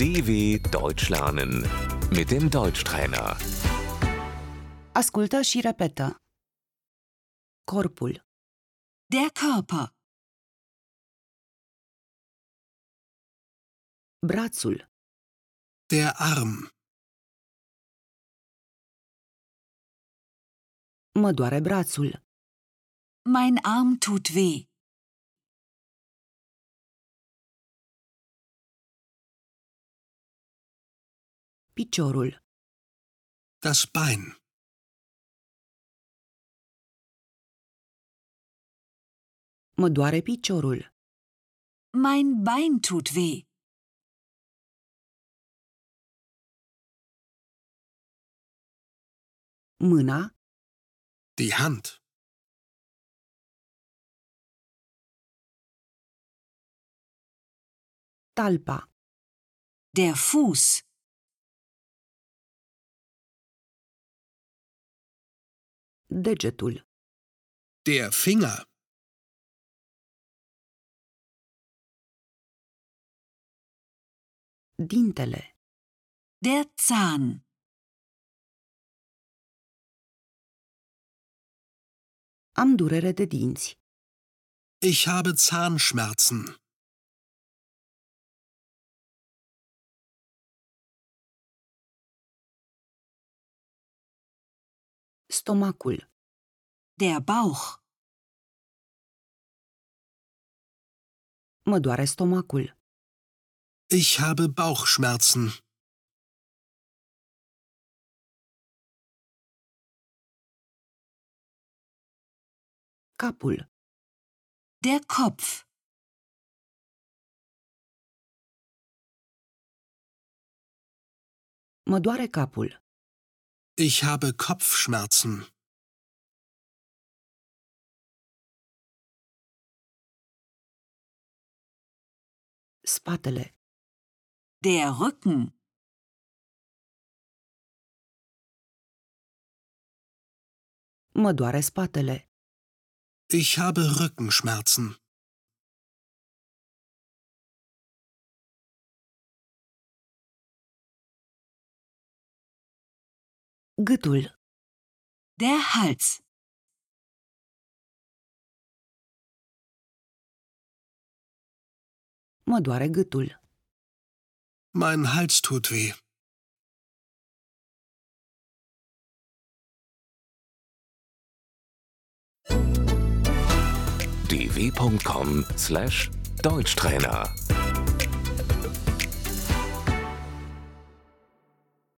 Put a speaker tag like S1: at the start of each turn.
S1: DW Deutsch lernen mit dem Deutschtrainer.
S2: Ascultă și repetă. Corpul. Der Körper. Brațul.
S3: Der Arm.
S2: Mă doare brațul.
S4: Mein Arm tut weh.
S2: Piciorul.
S3: Das Bein.
S2: Mă doare piciorul.
S4: Mein Bein tut weh.
S2: Mâna.
S3: Die Hand.
S2: Talpa.
S4: Der Fuß.
S2: Degetul.
S3: Der Finger.
S2: Dintele.
S4: Der Zahn.
S2: Am durere de dinți.
S3: Ich habe Zahnschmerzen.
S2: Stomacul.
S4: Der Bauch.
S2: Mă doare stomacul.
S3: Ich habe Bauchschmerzen.
S2: Capul.
S4: Der Kopf.
S2: Mă doare capul.
S3: Ich habe Kopfschmerzen.
S2: Spatele.
S4: Der Rücken.
S2: Mă doare spatele.
S3: Ich habe Rückenschmerzen.
S2: Gâtul.
S4: Der Hals.
S2: Mă doare gâtul.
S3: Mein Hals tut weh.
S1: dw.com/deutschtrainer